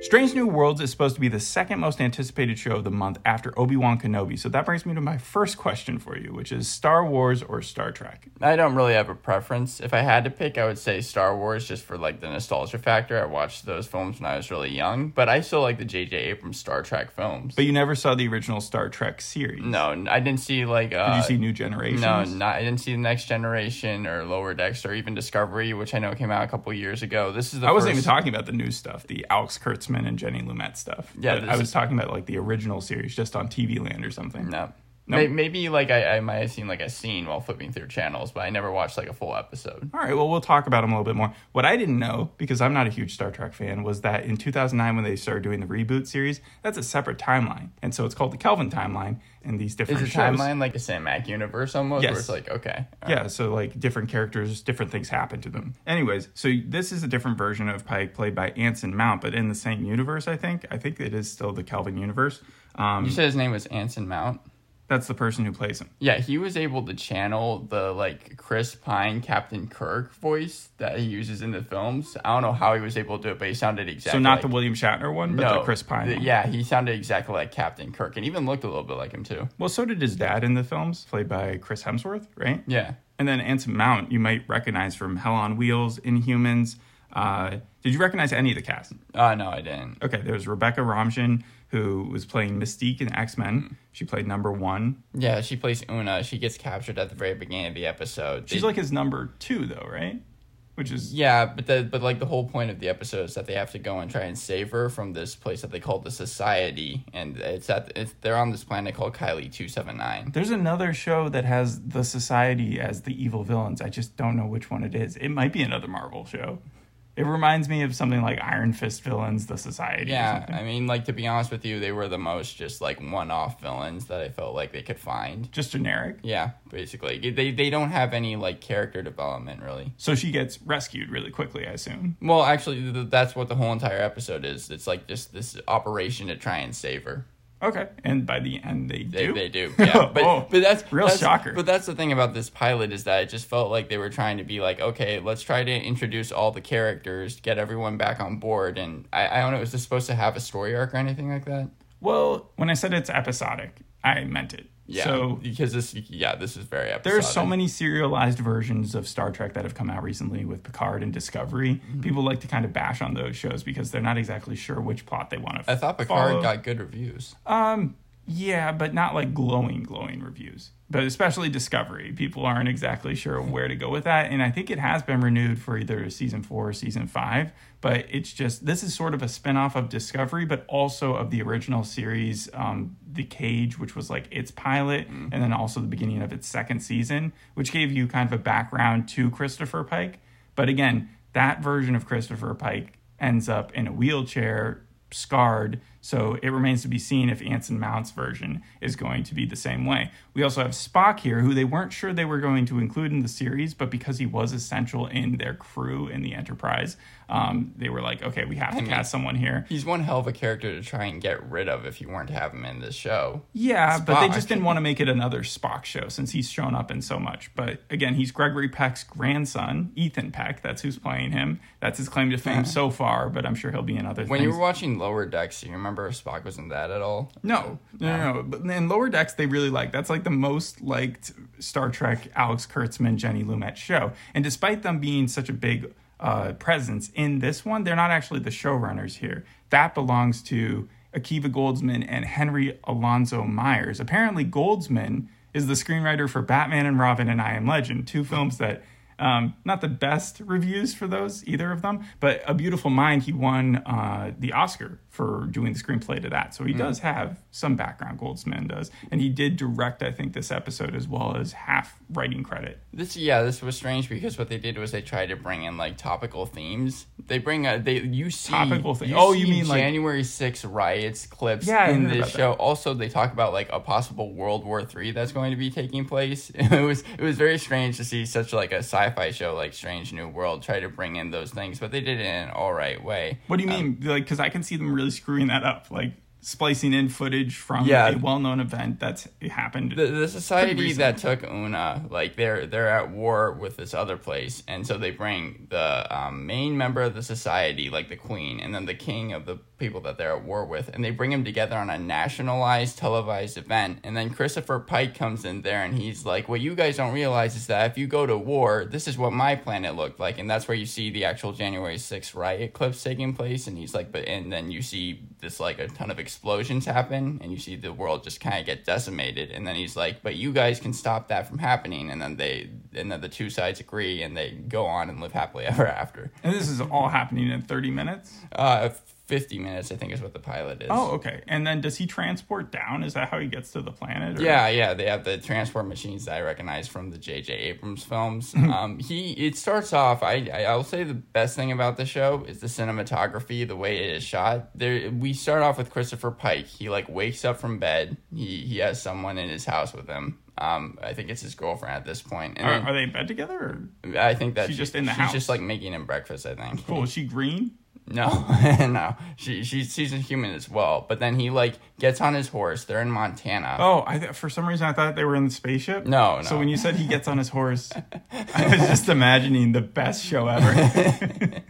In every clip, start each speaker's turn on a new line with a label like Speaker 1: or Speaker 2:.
Speaker 1: Strange New Worlds is supposed to be the second most anticipated show of the month after Obi Wan Kenobi. So that brings me to my first question for you, which is Star Wars or Star Trek?
Speaker 2: I don't really have a preference. If I had to pick, I would say Star Wars just for like the nostalgia factor. I watched those films when I was really young, but I still like the J.J. Abrams Star Trek films.
Speaker 1: But you never saw the original Star Trek series.
Speaker 2: no, n- I didn't see like. Uh,
Speaker 1: Did you see New Generations?
Speaker 2: No, not, I didn't see the Next Generation or Lower Decks or even Discovery, which I know came out a couple years ago. This is the
Speaker 1: I wasn't
Speaker 2: first-
Speaker 1: even talking about the new stuff, the Alex Kurtzman and Jenny Lumet stuff.
Speaker 2: Yeah,
Speaker 1: But
Speaker 2: this
Speaker 1: I
Speaker 2: is-
Speaker 1: was talking about like the original series just on TV Land or something.
Speaker 2: No.
Speaker 1: No?
Speaker 2: May- Maybe like I, I might have seen like a scene while flipping through channels, but I never watched like a full episode.
Speaker 1: All right, well, we'll talk about them a little bit more. What I didn't know, because I'm not a huge Star Trek fan, was that in 2009 when they started doing the reboot series, that's a separate timeline. And so it's called the Kelvin timeline and these
Speaker 2: Is
Speaker 1: different
Speaker 2: the
Speaker 1: shows.
Speaker 2: timeline like the Sam Mac universe almost? Where
Speaker 1: Yes.
Speaker 2: it's like, okay.
Speaker 1: Yeah, so like different characters, different things happen to them. Anyways, so this is a different version of Pike played by Anson Mount, but in the same universe, I think. I think it is still the Kelvin universe. Um,
Speaker 2: You said his name was Anson Mount.
Speaker 1: that's the person who plays him.
Speaker 2: Yeah, he was able to channel the like Chris Pine Captain Kirk voice that he uses in the films. I don't know how he was able to do it, but he sounded
Speaker 1: So
Speaker 2: exactly
Speaker 1: not
Speaker 2: like,
Speaker 1: the William Shatner one, but
Speaker 2: no,
Speaker 1: the Chris Pine
Speaker 2: the-
Speaker 1: one.
Speaker 2: Yeah, he sounded exactly like Captain Kirk and even looked a little bit like him too.
Speaker 1: Well, so did his dad in the films, played by Chris Hemsworth, right?
Speaker 2: Yeah.
Speaker 1: And then Anson Mount, you might recognize from Hell on Wheels, Inhumans. Uh, did you recognize any of the cast?
Speaker 2: Uh no, I didn't.
Speaker 1: Okay, there's Rebecca Romijn, who was playing Mystique in X
Speaker 2: Hmm.
Speaker 1: Men. She played number one.
Speaker 2: Yeah, she plays Una. She gets captured at the very beginning of the episode.
Speaker 1: She's
Speaker 2: They-
Speaker 1: like his number two, though, right? Which is
Speaker 2: Yeah, but the but like the whole point of the episode is that they have to go and try and save her from this place that they call the Society, and it's at it's they're on this planet called Kylie Two Seven Nine.
Speaker 1: there's another show that has the Society as the evil villains. I just don't know which one it is. It might be another Marvel show. It reminds me of something like Iron Fist villains, the Society. or
Speaker 2: Yeah,
Speaker 1: something.
Speaker 2: I mean, like to be honest with you, they were the most just like one-off villains that I felt like they could find.
Speaker 1: just generic.
Speaker 2: Yeah, basically, they they don't have any like character development really.
Speaker 1: So she gets rescued really quickly, I assume.
Speaker 2: Well, actually, th- that's what the whole entire episode is. It's like just this operation to try and save her.
Speaker 1: Okay, and by the end they,
Speaker 2: They
Speaker 1: do.
Speaker 2: they do. Yeah. But,
Speaker 1: Oh,
Speaker 2: but that's
Speaker 1: real
Speaker 2: that's-
Speaker 1: shocker.
Speaker 2: But that's the thing about this pilot is that it just felt like they were trying to be like, okay, let's try to introduce all the characters, get everyone back on board, and I, I don't know, is this supposed to have a story arc or anything like that?
Speaker 1: Well, when I said it's episodic, I meant it.
Speaker 2: Yeah.
Speaker 1: So
Speaker 2: because this yeah, this is very episodic.
Speaker 1: there are so many serialized versions of Star Trek that have come out recently with Picard and Discovery.
Speaker 2: Mm-hmm.
Speaker 1: People like to kind of bash on those shows because they're not exactly sure which plot they want to.
Speaker 2: I thought Picard got good reviews.
Speaker 1: Yeah, but not like glowing, glowing reviews. But especially Discovery, people aren't exactly sure where to go with that. And I think it has been renewed for either season four or season five. But it's just this is sort of a spinoff of Discovery, but also of the original series, um, The Cage, which was like its pilot, and then also the beginning of its second season, which gave you kind of a background to Christopher Pike. But again, that version of Christopher Pike ends up in a wheelchair scarred. So it remains to be seen if Anson Mount's version is going to be the same way. We also have Spock here, who they weren't sure they were going to include in the series, but because he was essential in their crew in the Enterprise, um, they were like, okay, we have to cast someone here.
Speaker 2: He's one hell of a character to try and get rid of if you weren't to have him in this show.
Speaker 1: Yeah, but they
Speaker 2: Spock.
Speaker 1: just didn't want to make it another Spock show since he's shown up in so much. But again, he's Gregory Peck's grandson, Ethan Peck. That's who's playing him. That's his claim to fame so far, but I'm sure he'll be in other
Speaker 2: Uh-huh. When
Speaker 1: things.
Speaker 2: you were watching Lower Decks, do you remember if Spock was in that at all?
Speaker 1: No, no, no. no. But in Lower Decks, they really like that's like the most liked Star Trek Alex Kurtzman Jenny Lumet show. And despite them being such a big uh, presence in this one, they're not actually the showrunners here. That belongs to Akiva Goldsman and Henry Alonzo Myers. Apparently, Goldsman is the screenwriter for Batman and Robin and I Am Legend, two films that um, not the best reviews for those, either of them, but A Beautiful Mind, he won uh, the Oscar for doing the screenplay to that. So
Speaker 2: Mm.
Speaker 1: he does have some background, Goldsman does. And he did direct, I think, this episode as well as half writing credit.
Speaker 2: This yeah, this was strange because what they did was they tried to bring in like topical themes. They bring a they you see
Speaker 1: Topical thing- oh, you
Speaker 2: see
Speaker 1: mean, like-
Speaker 2: January 6th riots clips
Speaker 1: Yeah, I
Speaker 2: in
Speaker 1: heard
Speaker 2: this
Speaker 1: about that.
Speaker 2: show. Also, they talk about like a possible World War Three that's going to be taking place. It was it was very strange to see such like a sci-fi show like Strange New World try to bring in those things, but they did it in an all right way.
Speaker 1: What do you mean? Like, because I can see them really screwing that up. Like, splicing in footage from
Speaker 2: Yeah.
Speaker 1: a well-known event that's happened.
Speaker 2: the, the society
Speaker 1: recent.
Speaker 2: that took Una, like they're they're at war with this other place, and so they bring the um, main member of the society, like the queen, and then the king of the people that they're at war with, and they bring them together on a nationalized televised event, and then Christopher Pike comes in there, and he's like, "What you guys don't realize is that if you go to war, this is what my planet looked like," and that's where you see the actual January 6th riot clips taking place, and he's like, "But," and then you see this like a ton of explosions happen, and you see the world just kind of get decimated, and then he's like, "But you guys can stop that from happening," and then they, and then the two sides agree, and they go on and live happily ever after.
Speaker 1: and this is all happening in 30 minutes.
Speaker 2: Uh, fifty minutes, I think, is what the pilot is.
Speaker 1: Oh, okay. And then does he transport down? Is that how he gets to the planet? or-
Speaker 2: Yeah, yeah, they have the transport machines that I recognize from the J.J. Abrams films.
Speaker 1: Hmm.
Speaker 2: um, he it starts off. I, I I'll say the best thing about the show is the cinematography, the way it is shot. There, we start off with Christopher Pike. He like wakes up from bed. He he has someone in his house with him. Um, I think it's his girlfriend at this point.
Speaker 1: Are,
Speaker 2: And
Speaker 1: are they in bed together? Or...
Speaker 2: then, I think that
Speaker 1: she's
Speaker 2: she-
Speaker 1: just in the
Speaker 2: she's
Speaker 1: house?
Speaker 2: just like making him breakfast. I think.
Speaker 1: Cool. Is she green?
Speaker 2: No, no, she, she she's a human as well. But then he like gets on his horse. They're in Montana.
Speaker 1: Oh, I th- for some reason I thought they were in the spaceship.
Speaker 2: No, no.
Speaker 1: So when you said he gets on his horse, I was just imagining the best show ever.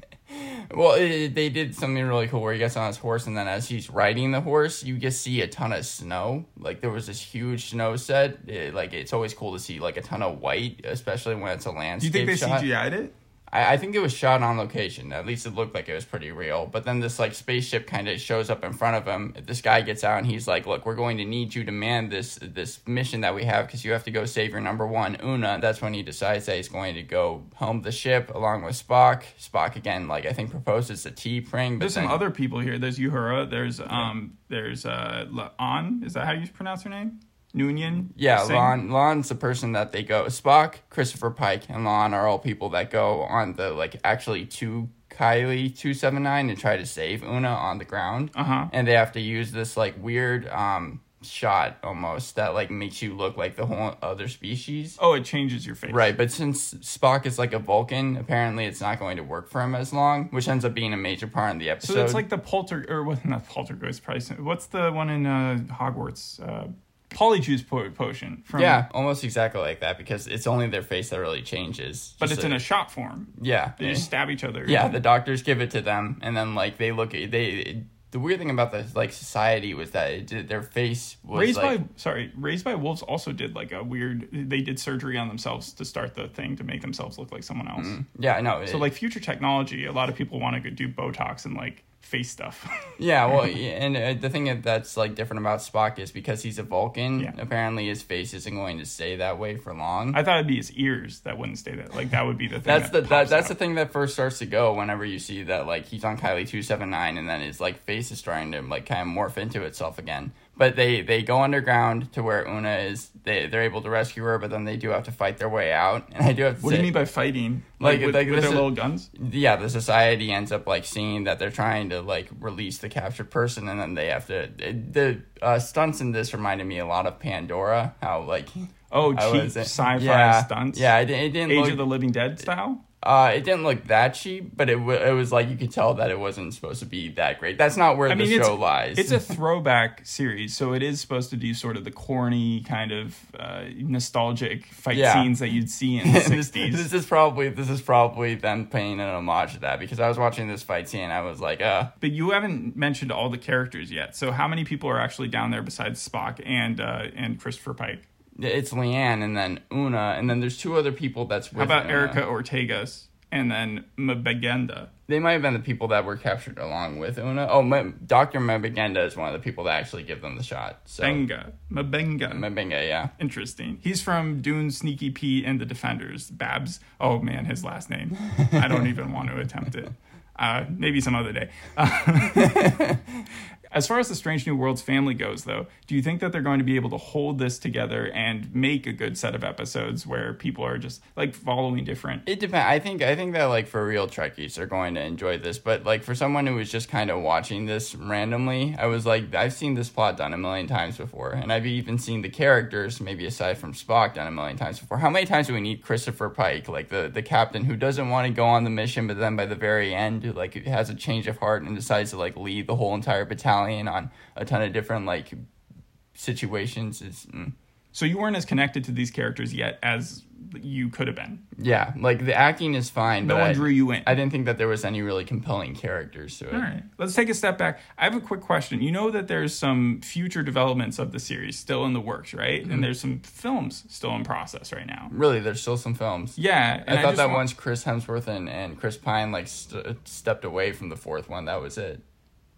Speaker 2: Well, it, it- they did something really cool where he gets on his horse, and then as he's riding the horse, you just see a ton of snow. Like there was this huge snow set. It- like it's always cool to see like a ton of white, especially when it's a
Speaker 1: Do you
Speaker 2: landscape
Speaker 1: think they
Speaker 2: shot.
Speaker 1: CGI'd it?
Speaker 2: I, I think it was shot on location. At least it looked like it was pretty real. But then this like spaceship kind of shows up in front of him. This guy gets out and he's like, "Look, we're going to need you to man this this mission that we have because you have to go save your number one Una." That's when he decides that he's going to go helm the ship along with Spock. Spock again, like I think proposes to T Pring. But
Speaker 1: There's
Speaker 2: then,
Speaker 1: some other people here. There's Uhura. There's um. There's uh. La'an. Is that how you pronounce her name? Noonien.
Speaker 2: Yeah,
Speaker 1: Singh?
Speaker 2: Lon Lon's the person that they go. Spock, Christopher Pike, and Lon are all people that go on the like actually to Kylie two seven nine and try to save Una on the ground.
Speaker 1: Uh-huh.
Speaker 2: And they have to use this like weird um shot almost that like makes you look like the whole other species.
Speaker 1: Oh, it changes your face.
Speaker 2: Right, but since Spock is like a Vulcan, apparently it's not going to work for him as long, which ends up being a major part in the episode.
Speaker 1: So, it's like the polter or what? Not poltergeist. Probably. some- What's the one in uh, Hogwarts? Uh, Polyjuice po- potion. From,
Speaker 2: yeah, almost exactly like that because it's only their face that really changes.
Speaker 1: But
Speaker 2: Just
Speaker 1: it's in a shot form.
Speaker 2: yeah.
Speaker 1: They just stab each other.
Speaker 2: Yeah, the doctors give it to them, and then like they look at they. The weird thing about the like society was that it did, their face was
Speaker 1: Raised
Speaker 2: like
Speaker 1: by sorry, Raised by Wolves also did like a weird. They did surgery on themselves to start the thing to make themselves look like someone else.
Speaker 2: yeah no
Speaker 1: So like future technology, a lot of people want to do Botox and like face stuff.
Speaker 2: yeah well yeah, and uh, the thing that- that's like different about Spock is because he's a Vulcan
Speaker 1: Yeah.
Speaker 2: apparently his face isn't going to stay that way for long
Speaker 1: I thought it'd be his ears that wouldn't stay that. Like that would be the thing.
Speaker 2: that's the
Speaker 1: that
Speaker 2: that,
Speaker 1: pops
Speaker 2: that's the
Speaker 1: out.
Speaker 2: thing that first starts to go whenever you see that like he's on Kylie two seven nine and then his like face is trying to like kind of morph into itself again. But they they go underground to where Una is. They they're able to rescue her, but then they do have to fight their way out. And I do have to
Speaker 1: What
Speaker 2: say,
Speaker 1: do you mean by fighting?
Speaker 2: Like-
Speaker 1: Like, with,
Speaker 2: like
Speaker 1: with
Speaker 2: this
Speaker 1: their
Speaker 2: is-
Speaker 1: little guns?
Speaker 2: yeah, the society ends up like seeing that they're trying to like release the captured person, and then they have to. The uh, stunts in this reminded me a lot of Pandora. How like
Speaker 1: Oh,
Speaker 2: I
Speaker 1: cheap
Speaker 2: was-
Speaker 1: sci-fi
Speaker 2: yeah,
Speaker 1: stunts.
Speaker 2: Yeah, it, it didn't
Speaker 1: Age
Speaker 2: look,
Speaker 1: of the Living Dead style.
Speaker 2: uh, it didn't look that cheap, but it w- it was like you could tell that it wasn't supposed to be that great. That's not where
Speaker 1: I mean,
Speaker 2: the
Speaker 1: it's,
Speaker 2: show lies.
Speaker 1: it's a throwback series, so it is supposed to do sort of the corny kind of uh, nostalgic fight
Speaker 2: Yeah.
Speaker 1: scenes that you'd see in the
Speaker 2: And this,
Speaker 1: '60s.
Speaker 2: this is probably this is probably them paying an homage to that because I was watching this fight scene and I was like, uh,
Speaker 1: But you haven't mentioned all the characters yet. So how many people are actually down there besides Spock and uh, and Christopher Pike?
Speaker 2: it's Leanne and then Una and then there's two other people that's with uh,
Speaker 1: How about
Speaker 2: Una.
Speaker 1: Erica Ortegas and then Mbegenda?
Speaker 2: They might have been the people that were captured along with Una. Oh, Ma- Dr. Mabagenda is one of the people that actually give them the shot. So
Speaker 1: Benga, Mbenga.
Speaker 2: Mabenga, yeah.
Speaker 1: Interesting. He's from Dune, Sneaky Pete, and The Defenders. Babs. Oh man, his last name. I don't even want to attempt it. Uh, maybe some other day. as far as the Strange New Worlds family goes, though, do you think that they're going to be able to hold this together and make a good set of episodes where people are just like following different?
Speaker 2: It depends. I think I think that like for real Trekkies are going to enjoy this, but like for someone who was just kind of watching this randomly, I was like, I've seen this plot done a million times before, and I've even seen the characters, maybe aside from Spock, done a million times before. How many times do we need Christopher Pike, like the the captain who doesn't want to go on the mission, but then by the very end, like has a change of heart and decides to like lead the whole entire battalion Italian on a ton of different like situations. It's, mm.
Speaker 1: So you weren't as connected to these characters yet as you could have been.
Speaker 2: yeah, like the acting is fine,
Speaker 1: No
Speaker 2: but
Speaker 1: one
Speaker 2: I,
Speaker 1: drew you in.
Speaker 2: I didn't think that there was any really compelling characters to it.
Speaker 1: All right. Let's take a step back. I have a quick question. You know that there's some future developments of the series still in the works, right?
Speaker 2: Mm-hmm.
Speaker 1: And there's some films still in process right now.
Speaker 2: Really, there's still some films.
Speaker 1: Yeah.
Speaker 2: I thought
Speaker 1: just
Speaker 2: that
Speaker 1: wa-
Speaker 2: once Chris Hemsworth and, and Chris Pine like st- stepped away from the fourth one, that was it.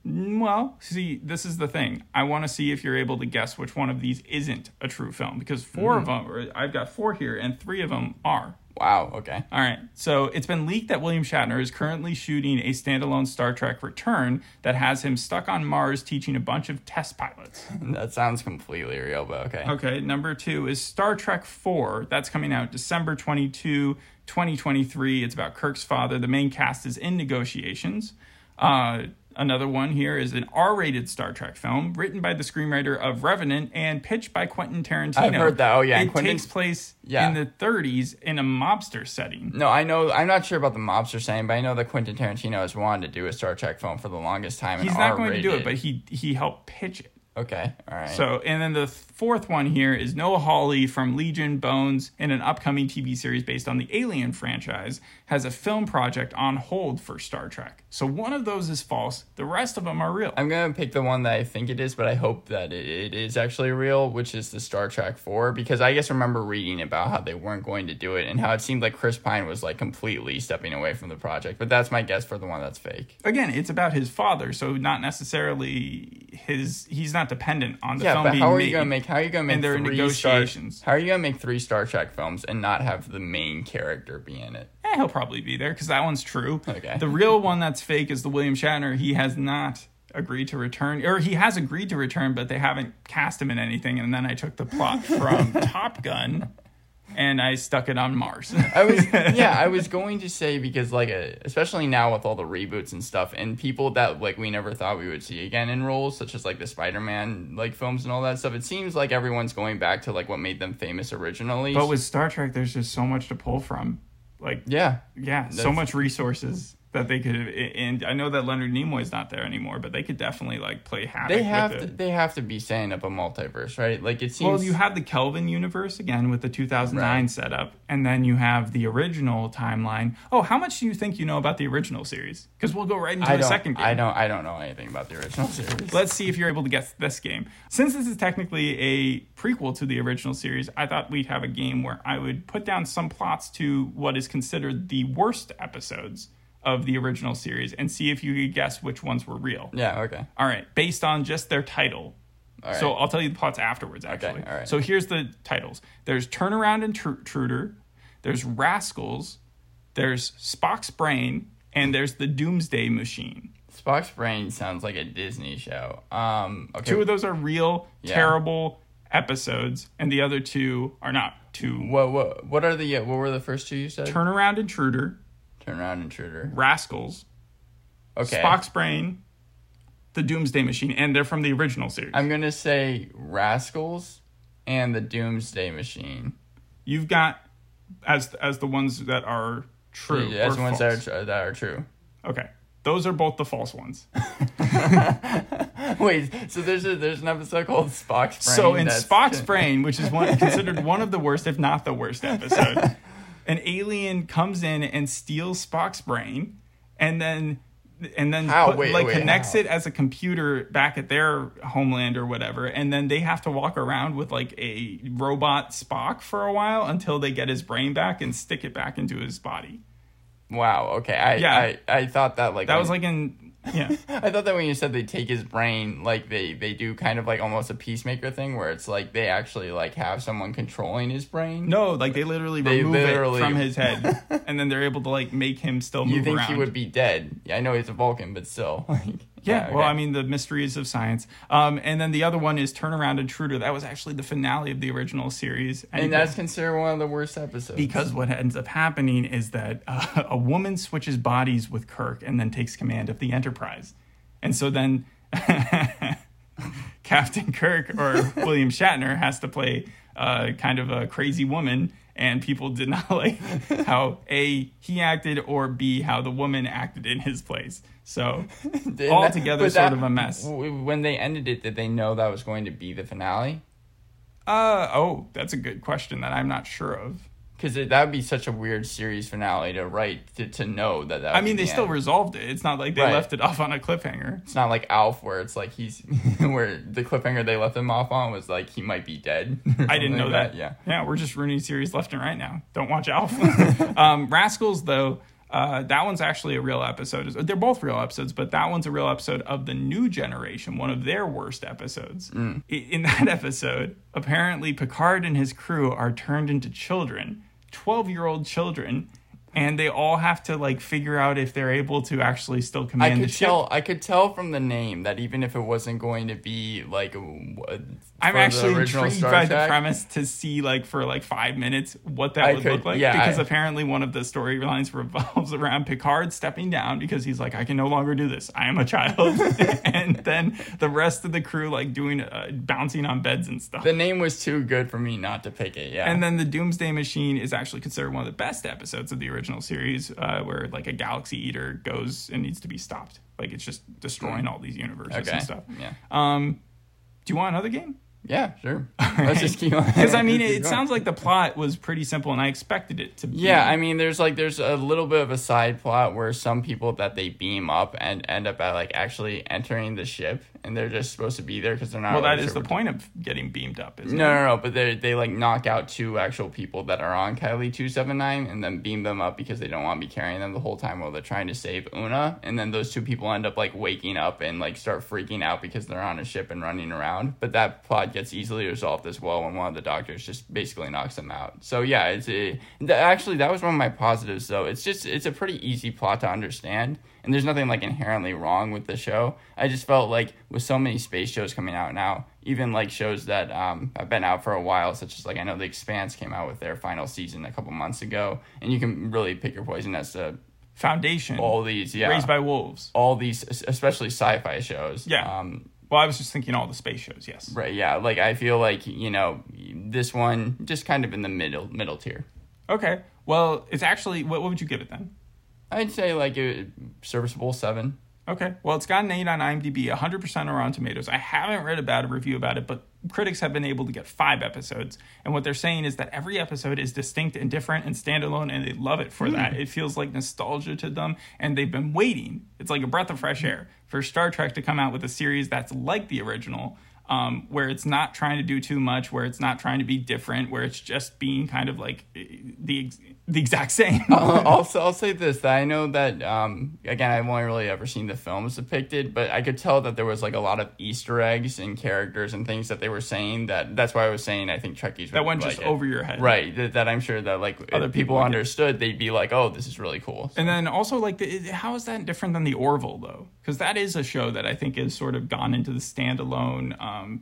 Speaker 1: Mm, Well, see, this is the thing. I want to see if you're able to guess which one of these isn't a true film because four of
Speaker 2: Mm-hmm.
Speaker 1: them, or I've got four here, and three of them are.
Speaker 2: Wow. Okay.
Speaker 1: All right. So it's been leaked that William Shatner is currently shooting a standalone Star Trek return that has him stuck on Mars teaching a bunch of test pilots.
Speaker 2: That sounds completely real, but okay.
Speaker 1: Okay. Number two is Star Trek 4. That's coming out December 22, 2023. It's about Kirk's father. The main cast is in negotiations. Uh, another one here is an R rated Star Trek film written by the screenwriter of Revenant and pitched by Quentin Tarantino.
Speaker 2: I've heard that. Oh, yeah,
Speaker 1: It
Speaker 2: and Quentin-
Speaker 1: takes place
Speaker 2: Yeah.
Speaker 1: in the 30s in a mobster setting.
Speaker 2: No, I know. I'm not sure about the mobster saying, but I know that Quentin Tarantino has wanted to do a Star Trek film for the longest time. and
Speaker 1: He's not going
Speaker 2: R-rated.
Speaker 1: to do it, but he he helped pitch it.
Speaker 2: okay, all right.
Speaker 1: So, and then the fourth one here is Noah Hawley from Legion Bones in an upcoming TV series based on the Alien franchise has a film project on hold for Star Trek. So one of those is false. The rest of them are real.
Speaker 2: I'm gonna pick the one that I think it is, but I hope that it, it is actually real, which is the Star Trek Four, because I guess I remember reading about how they weren't going to do it and how it seemed like Chris Pine was like completely stepping away from the project. But that's my guess for the one that's fake.
Speaker 1: Again, it's about his father, so not necessarily his. He's not dependent on the
Speaker 2: Yeah,
Speaker 1: film
Speaker 2: but
Speaker 1: being
Speaker 2: how are
Speaker 1: made.
Speaker 2: you gonna make how are you gonna make
Speaker 1: and there are
Speaker 2: three
Speaker 1: negotiations.
Speaker 2: Star, how are you gonna make three Star Trek films and not have the main character be in it?
Speaker 1: Eh, he'll probably be there because that one's true.
Speaker 2: Okay.
Speaker 1: The real one that's fake is the William Shatner. He has not agreed to return, or he has agreed to return, but they haven't cast him in anything. And then I took the plot from Top Gun and I stuck it on Mars.
Speaker 2: I was yeah, I was going to say because like uh, especially now with all the reboots and stuff and people that like we never thought we would see again in roles such as like the Spider-Man like films and all that stuff. It seems like everyone's going back to like what made them famous originally.
Speaker 1: but with Star Trek, there's just so much to pull from. Like,
Speaker 2: yeah.
Speaker 1: yeah, so
Speaker 2: That's-
Speaker 1: much resources that they could. And I know that Leonard Nimoy's not there anymore, but they could definitely like play havoc.
Speaker 2: They
Speaker 1: with
Speaker 2: have
Speaker 1: it.
Speaker 2: to they have to be setting up a multiverse, right? Like it seems
Speaker 1: Well, you have the Kelvin universe again with the 2009
Speaker 2: Right.
Speaker 1: setup, and then you have the original timeline. Oh, how much do you think you know about the original series? Because we'll go right into
Speaker 2: I
Speaker 1: the
Speaker 2: don't
Speaker 1: second game.
Speaker 2: I don't I don't know anything about the original series.
Speaker 1: Let's see if you're able to guess this game. Since this is technically a prequel to the original series, I thought we'd have a game where I would put down some plots to what is considered the worst episodes of the original series and see if you could guess which ones were real.
Speaker 2: Yeah, okay.
Speaker 1: All right, based on just their title.
Speaker 2: All right.
Speaker 1: So I'll tell you the plots afterwards, actually.
Speaker 2: all right.
Speaker 1: So here's the titles there's Turnaround and Tru- Intruder, there's Rascals, there's Spock's Brain, and there's the Doomsday Machine.
Speaker 2: Spock's brain sounds like a Disney show. Um okay.
Speaker 1: Two of those are real,
Speaker 2: Yeah.
Speaker 1: terrible episodes, and the other two are not. Two
Speaker 2: what what what are the uh, what were the first two you said?
Speaker 1: Turnaround Intruder,
Speaker 2: Turn around intruder.
Speaker 1: Rascals,
Speaker 2: Okay.
Speaker 1: Spock's Brain, the Doomsday Machine, and they're from the original series.
Speaker 2: I'm gonna say Rascals and the Doomsday Machine.
Speaker 1: You've got as as the ones that are true.
Speaker 2: Yeah, That's
Speaker 1: or
Speaker 2: the ones
Speaker 1: false.
Speaker 2: that are, tr- that are true.
Speaker 1: Okay. Those are both the false ones.
Speaker 2: Wait, so there's a, there's an episode called Spock's Brain.
Speaker 1: so in
Speaker 2: that's-
Speaker 1: Spock's brain, which is one considered one of the worst, if not the worst episode, an alien comes in and steals Spock's brain, and then and then
Speaker 2: How? Wait,
Speaker 1: like
Speaker 2: wait,
Speaker 1: connects
Speaker 2: how?
Speaker 1: it as a computer back at their homeland or whatever, and then they have to walk around with like a robot Spock for a while until they get his brain back and stick it back into his body.
Speaker 2: Wow. Okay. I,
Speaker 1: Yeah.
Speaker 2: I I thought that like
Speaker 1: That was like in yeah.
Speaker 2: I thought that when you said they take his brain, like they they do kind of like almost a peacemaker thing where it's like they actually like have someone controlling his brain.
Speaker 1: No, like they literally
Speaker 2: They
Speaker 1: remove
Speaker 2: literally-
Speaker 1: it from his head, and then they're able to like make him still move
Speaker 2: You think
Speaker 1: around.
Speaker 2: he would be dead? Yeah, I know he's a Vulcan, but still. Like,
Speaker 1: yeah, well,
Speaker 2: okay.
Speaker 1: I mean, the mysteries of science. Um, and then the other one is Turnaround Intruder. That was actually the finale of the original series,
Speaker 2: and that's considered one of the worst episodes.
Speaker 1: because what ends up happening is that uh, a woman switches bodies with Kirk and then takes command of the Enterprise, and so then Captain Kirk or William Shatner has to play uh, kind of a crazy woman and people did not like how a he acted or b how the woman acted in his place. So
Speaker 2: Did that-
Speaker 1: altogether,
Speaker 2: but
Speaker 1: sort
Speaker 2: that-
Speaker 1: of a mess.
Speaker 2: w- When they ended it, did they know that was going to be the finale?
Speaker 1: Uh oh, that's a good question that I'm not sure of.
Speaker 2: Because that would be such a weird series finale to write to, to know that. that
Speaker 1: I
Speaker 2: would
Speaker 1: mean,
Speaker 2: be
Speaker 1: they
Speaker 2: the
Speaker 1: still
Speaker 2: end.
Speaker 1: resolved it. It's not like they
Speaker 2: Right.
Speaker 1: left it off on a cliffhanger.
Speaker 2: It's not like Alf, where it's like he's where the cliffhanger they left him off on was like he might be dead. or
Speaker 1: I didn't
Speaker 2: something
Speaker 1: know
Speaker 2: like
Speaker 1: that.
Speaker 2: Yeah.
Speaker 1: Yeah, we're just ruining series left and right now. Don't watch Alf. um, Rascals, though, uh, that one's actually a real episode. They're both real episodes, but that one's a real episode of the new generation, one of their worst episodes.
Speaker 2: Mm.
Speaker 1: I- In that episode, apparently Picard and his crew are turned into children, 12 year old children. And they all have to like figure out if they're able to actually still
Speaker 2: I
Speaker 1: command the
Speaker 2: could
Speaker 1: ship.
Speaker 2: tell. I could tell from the name that even if it wasn't going to be like, a, I'm
Speaker 1: I'm actually intrigued by the premise to see like for like five minutes what that
Speaker 2: I
Speaker 1: would
Speaker 2: could-
Speaker 1: look like
Speaker 2: yeah,
Speaker 1: because
Speaker 2: I-
Speaker 1: apparently one of the storylines revolves around Picard stepping down because he's like I can no longer do this I am a child and then the rest of the crew like doing uh, bouncing on beds and stuff
Speaker 2: The name was too good for me not to pick it. Yeah.
Speaker 1: and then the Doomsday Machine is actually considered one of the best episodes of the original series uh, where like a galaxy eater goes and needs to be stopped like it's just destroying all these universes
Speaker 2: Hmm. okay.
Speaker 1: and stuff
Speaker 2: Yeah.
Speaker 1: um do you want another game
Speaker 2: Yeah. Sure. Let's just keep on.
Speaker 1: Because I mean, it, it sounds like the plot was pretty simple, and I expected it to. be.
Speaker 2: Yeah, I mean, there's like there's a little bit of a side plot where some people that they beam up and end up at like actually entering the ship, and they're just supposed to be there because they're not.
Speaker 1: well, that
Speaker 2: really
Speaker 1: is
Speaker 2: sure
Speaker 1: the point of getting beamed up. Isn't
Speaker 2: No,
Speaker 1: it?
Speaker 2: no, no. But they they like knock out two actual people that are on Kylie two seven nine, and then beam them up because they don't want to be carrying them the whole time while they're trying to save Una. And then those two people end up like waking up and like start freaking out because they're on a ship and running around. But that plot gets easily resolved as well when one of the doctors just basically knocks them out. So yeah, it's a, th- actually that was one of my positives though. It's just it's a pretty easy plot to understand. And there's nothing like inherently wrong with the show. I just felt like with so many space shows coming out now, even like shows that um, have been out for a while, such as like I know The Expanse came out with their final season a couple months ago, and you can really pick your poison as to
Speaker 1: Foundation,
Speaker 2: all these, yeah,
Speaker 1: Raised by Wolves.
Speaker 2: all these, es- especially sci-fi shows.
Speaker 1: Yeah.
Speaker 2: Um,
Speaker 1: Well, I was just thinking all the space shows. Yes.
Speaker 2: right. Yeah. Like I feel like you know this one just kind of in the middle middle tier.
Speaker 1: Okay. Well, it's actually what, what would you give it then?
Speaker 2: I'd say like it, serviceable seven.
Speaker 1: Okay. Well, it's got an 8 on IMDb, 100% on Rotten Tomatoes. I haven't read a bad review about it, but critics have been able to get five episodes. And what they're saying is that every episode is distinct and different and standalone, and they love it for
Speaker 2: Hmm.
Speaker 1: that. It feels like nostalgia to them, and they've been waiting. It's like a breath of fresh air for Star Trek to come out with a series that's like the original. Um, where it's not trying to do too much, where it's not trying to be different, where it's just being kind of like eh, the ex- the exact same.
Speaker 2: Uh, I'll, I'll say this that I know that um, again I've only really ever seen the films depicted, but I could tell that there was like a lot of Easter eggs and characters and things that they were saying. That that's why I was saying I think Trekkies
Speaker 1: that
Speaker 2: would
Speaker 1: went
Speaker 2: like
Speaker 1: just
Speaker 2: it.
Speaker 1: over your head,
Speaker 2: right. That, that I'm sure that like
Speaker 1: Other
Speaker 2: other
Speaker 1: people
Speaker 2: people
Speaker 1: would get-
Speaker 2: understood, they'd be like, oh, this is really cool.
Speaker 1: And then also, like, the, it- how is that different than the Orville though? Because that is a show that I think has sort of gone into the standalone. Um,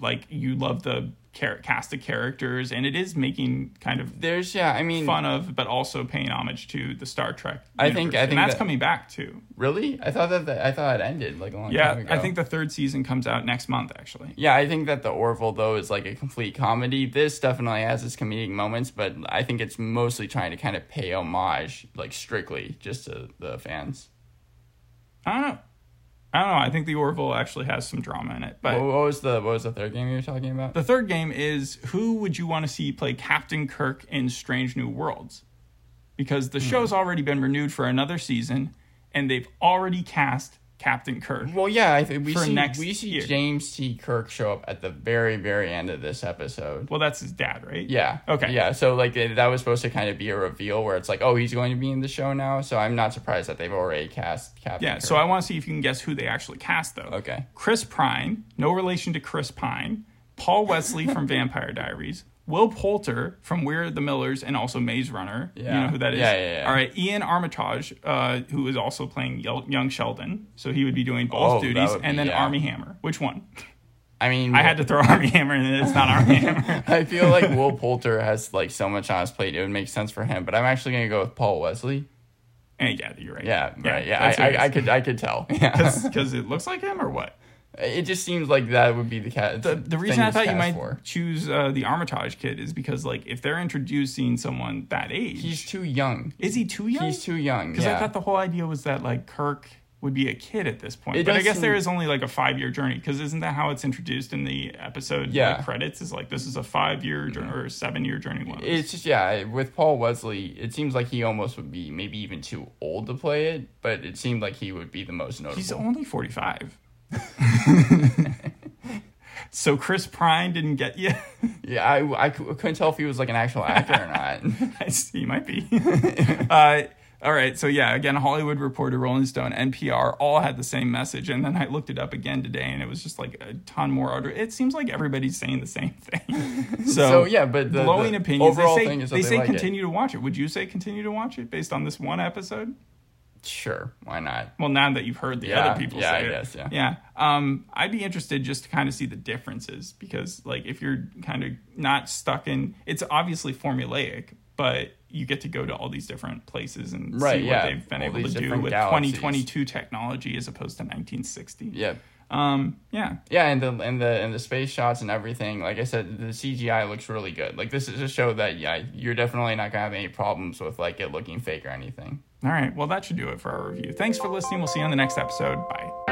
Speaker 1: like, you love the char- cast of characters, and it is making kind of
Speaker 2: There's yeah, I mean,
Speaker 1: fun of, but also paying homage to the Star Trek.
Speaker 2: I think-
Speaker 1: universe.
Speaker 2: I
Speaker 1: And
Speaker 2: think
Speaker 1: that's
Speaker 2: that-
Speaker 1: coming back too.
Speaker 2: really, I thought that, that I thought it ended like a long time
Speaker 1: Yeah,
Speaker 2: ago.
Speaker 1: I think the third season comes out next month. Actually,
Speaker 2: Yeah, I think that the Orville though is like a complete comedy. This definitely has its comedic moments, but I think it's mostly trying to kind of pay homage, like strictly just to the fans.
Speaker 1: I don't know. I don't know. I think the Orville actually has some drama in it, but.
Speaker 2: What, what was the what was the third game you were talking about?
Speaker 1: The third game is who would you want to see play Captain Kirk in Strange New Worlds? Because the show's already been renewed for another season, and they've already cast Captain Kirk.
Speaker 2: well, yeah, I think we
Speaker 1: For
Speaker 2: see
Speaker 1: next
Speaker 2: we see
Speaker 1: year.
Speaker 2: James T. Kirk show up at the very very end of this episode.
Speaker 1: Well, that's his dad, right?
Speaker 2: Yeah.
Speaker 1: Okay.
Speaker 2: Yeah. So like it- that was supposed to kind of be a reveal where it's like, oh, he's going to be in the show now. So I'm not surprised that they've already cast Captain.
Speaker 1: Yeah.
Speaker 2: Kirk.
Speaker 1: So I want to see if you can guess who they actually cast, though.
Speaker 2: okay.
Speaker 1: Chris Pine, no relation to Chris Pine, Paul Wesley from Vampire Diaries, Will Poulter from We're the Millers, and also Maze Runner. You
Speaker 2: Yeah.
Speaker 1: know who that is?
Speaker 2: Yeah, yeah, yeah.
Speaker 1: All right, Ian Armitage, uh, who is also playing Yel- Young Sheldon, so he would be doing both
Speaker 2: Oh, that
Speaker 1: duties,
Speaker 2: would be-
Speaker 1: and then
Speaker 2: yeah.
Speaker 1: Army Hammer. Which one?
Speaker 2: I mean,
Speaker 1: I had to throw Army Hammer in it. It's not Army Hammer.
Speaker 2: I feel like Will Poulter has like so much on his plate; it would make sense for him. But I'm actually gonna go with Paul Wesley.
Speaker 1: And yeah, you're right.
Speaker 2: Yeah, right. Yeah, I, I, I could, I could tell. Yeah,
Speaker 1: Because it looks like him or what?
Speaker 2: It just seems like that would be the cat.
Speaker 1: uh, the, the reason I
Speaker 2: it's
Speaker 1: thought you
Speaker 2: cast
Speaker 1: might
Speaker 2: for.
Speaker 1: choose uh, the Armitage kid is because like if they're introducing someone that age,
Speaker 2: He's too young.
Speaker 1: is he too young?
Speaker 2: He's too young.
Speaker 1: Because
Speaker 2: yeah.
Speaker 1: I thought the whole idea was that like Kirk would be a kid at this point,
Speaker 2: It
Speaker 1: but I
Speaker 2: does
Speaker 1: guess there
Speaker 2: seem-
Speaker 1: is only like a five year journey. Because isn't that how it's introduced in the episode?
Speaker 2: Yeah. Mm-hmm.
Speaker 1: like, credits is like this is a five year journey or seven year journey. One.
Speaker 2: It's just yeah, with Paul Wesley, it seems like he almost would be maybe even too old to play it, but it seemed like he would be the most notable.
Speaker 1: He's only forty five. so Chris Prine didn't get you.
Speaker 2: yeah, I, I cou- couldn't tell if he was like an actual actor or not.
Speaker 1: I see, might be. uh, all right, so yeah, again, Hollywood Reporter, Rolling Stone, NPR all had the same message, and then I looked it up again today, and it was just like a ton more. Article. It seems like everybody's saying the same thing. So,
Speaker 2: So, yeah, but the-
Speaker 1: glowing
Speaker 2: the
Speaker 1: opinions.
Speaker 2: overall
Speaker 1: they say,
Speaker 2: thing is that
Speaker 1: they
Speaker 2: they
Speaker 1: say
Speaker 2: like it.
Speaker 1: continue to watch it. Would you say continue to watch it based on this one episode?
Speaker 2: Sure, why not?
Speaker 1: Well, now that you've heard the
Speaker 2: Yeah,
Speaker 1: other people
Speaker 2: yeah,
Speaker 1: say
Speaker 2: I
Speaker 1: it,
Speaker 2: guess, yeah.
Speaker 1: Um, I'd be interested just to kind of see the differences because, like, if you're kind of not stuck in, it's obviously formulaic, but you get to go to all these different places and
Speaker 2: Right,
Speaker 1: see
Speaker 2: yeah,
Speaker 1: what they've been
Speaker 2: all
Speaker 1: able to
Speaker 2: these
Speaker 1: do
Speaker 2: different
Speaker 1: with
Speaker 2: galaxies.
Speaker 1: 2022 technology as opposed to 1960.
Speaker 2: Yeah,
Speaker 1: Um, yeah.
Speaker 2: yeah, and the and the and the space shots and everything. Like I said, the CGI looks really good. Like this is a show that yeah, you're definitely not gonna have any problems with like it looking fake or anything.
Speaker 1: All right. Well, that should do it for our review. Thanks for listening. We'll see you on the next episode. Bye.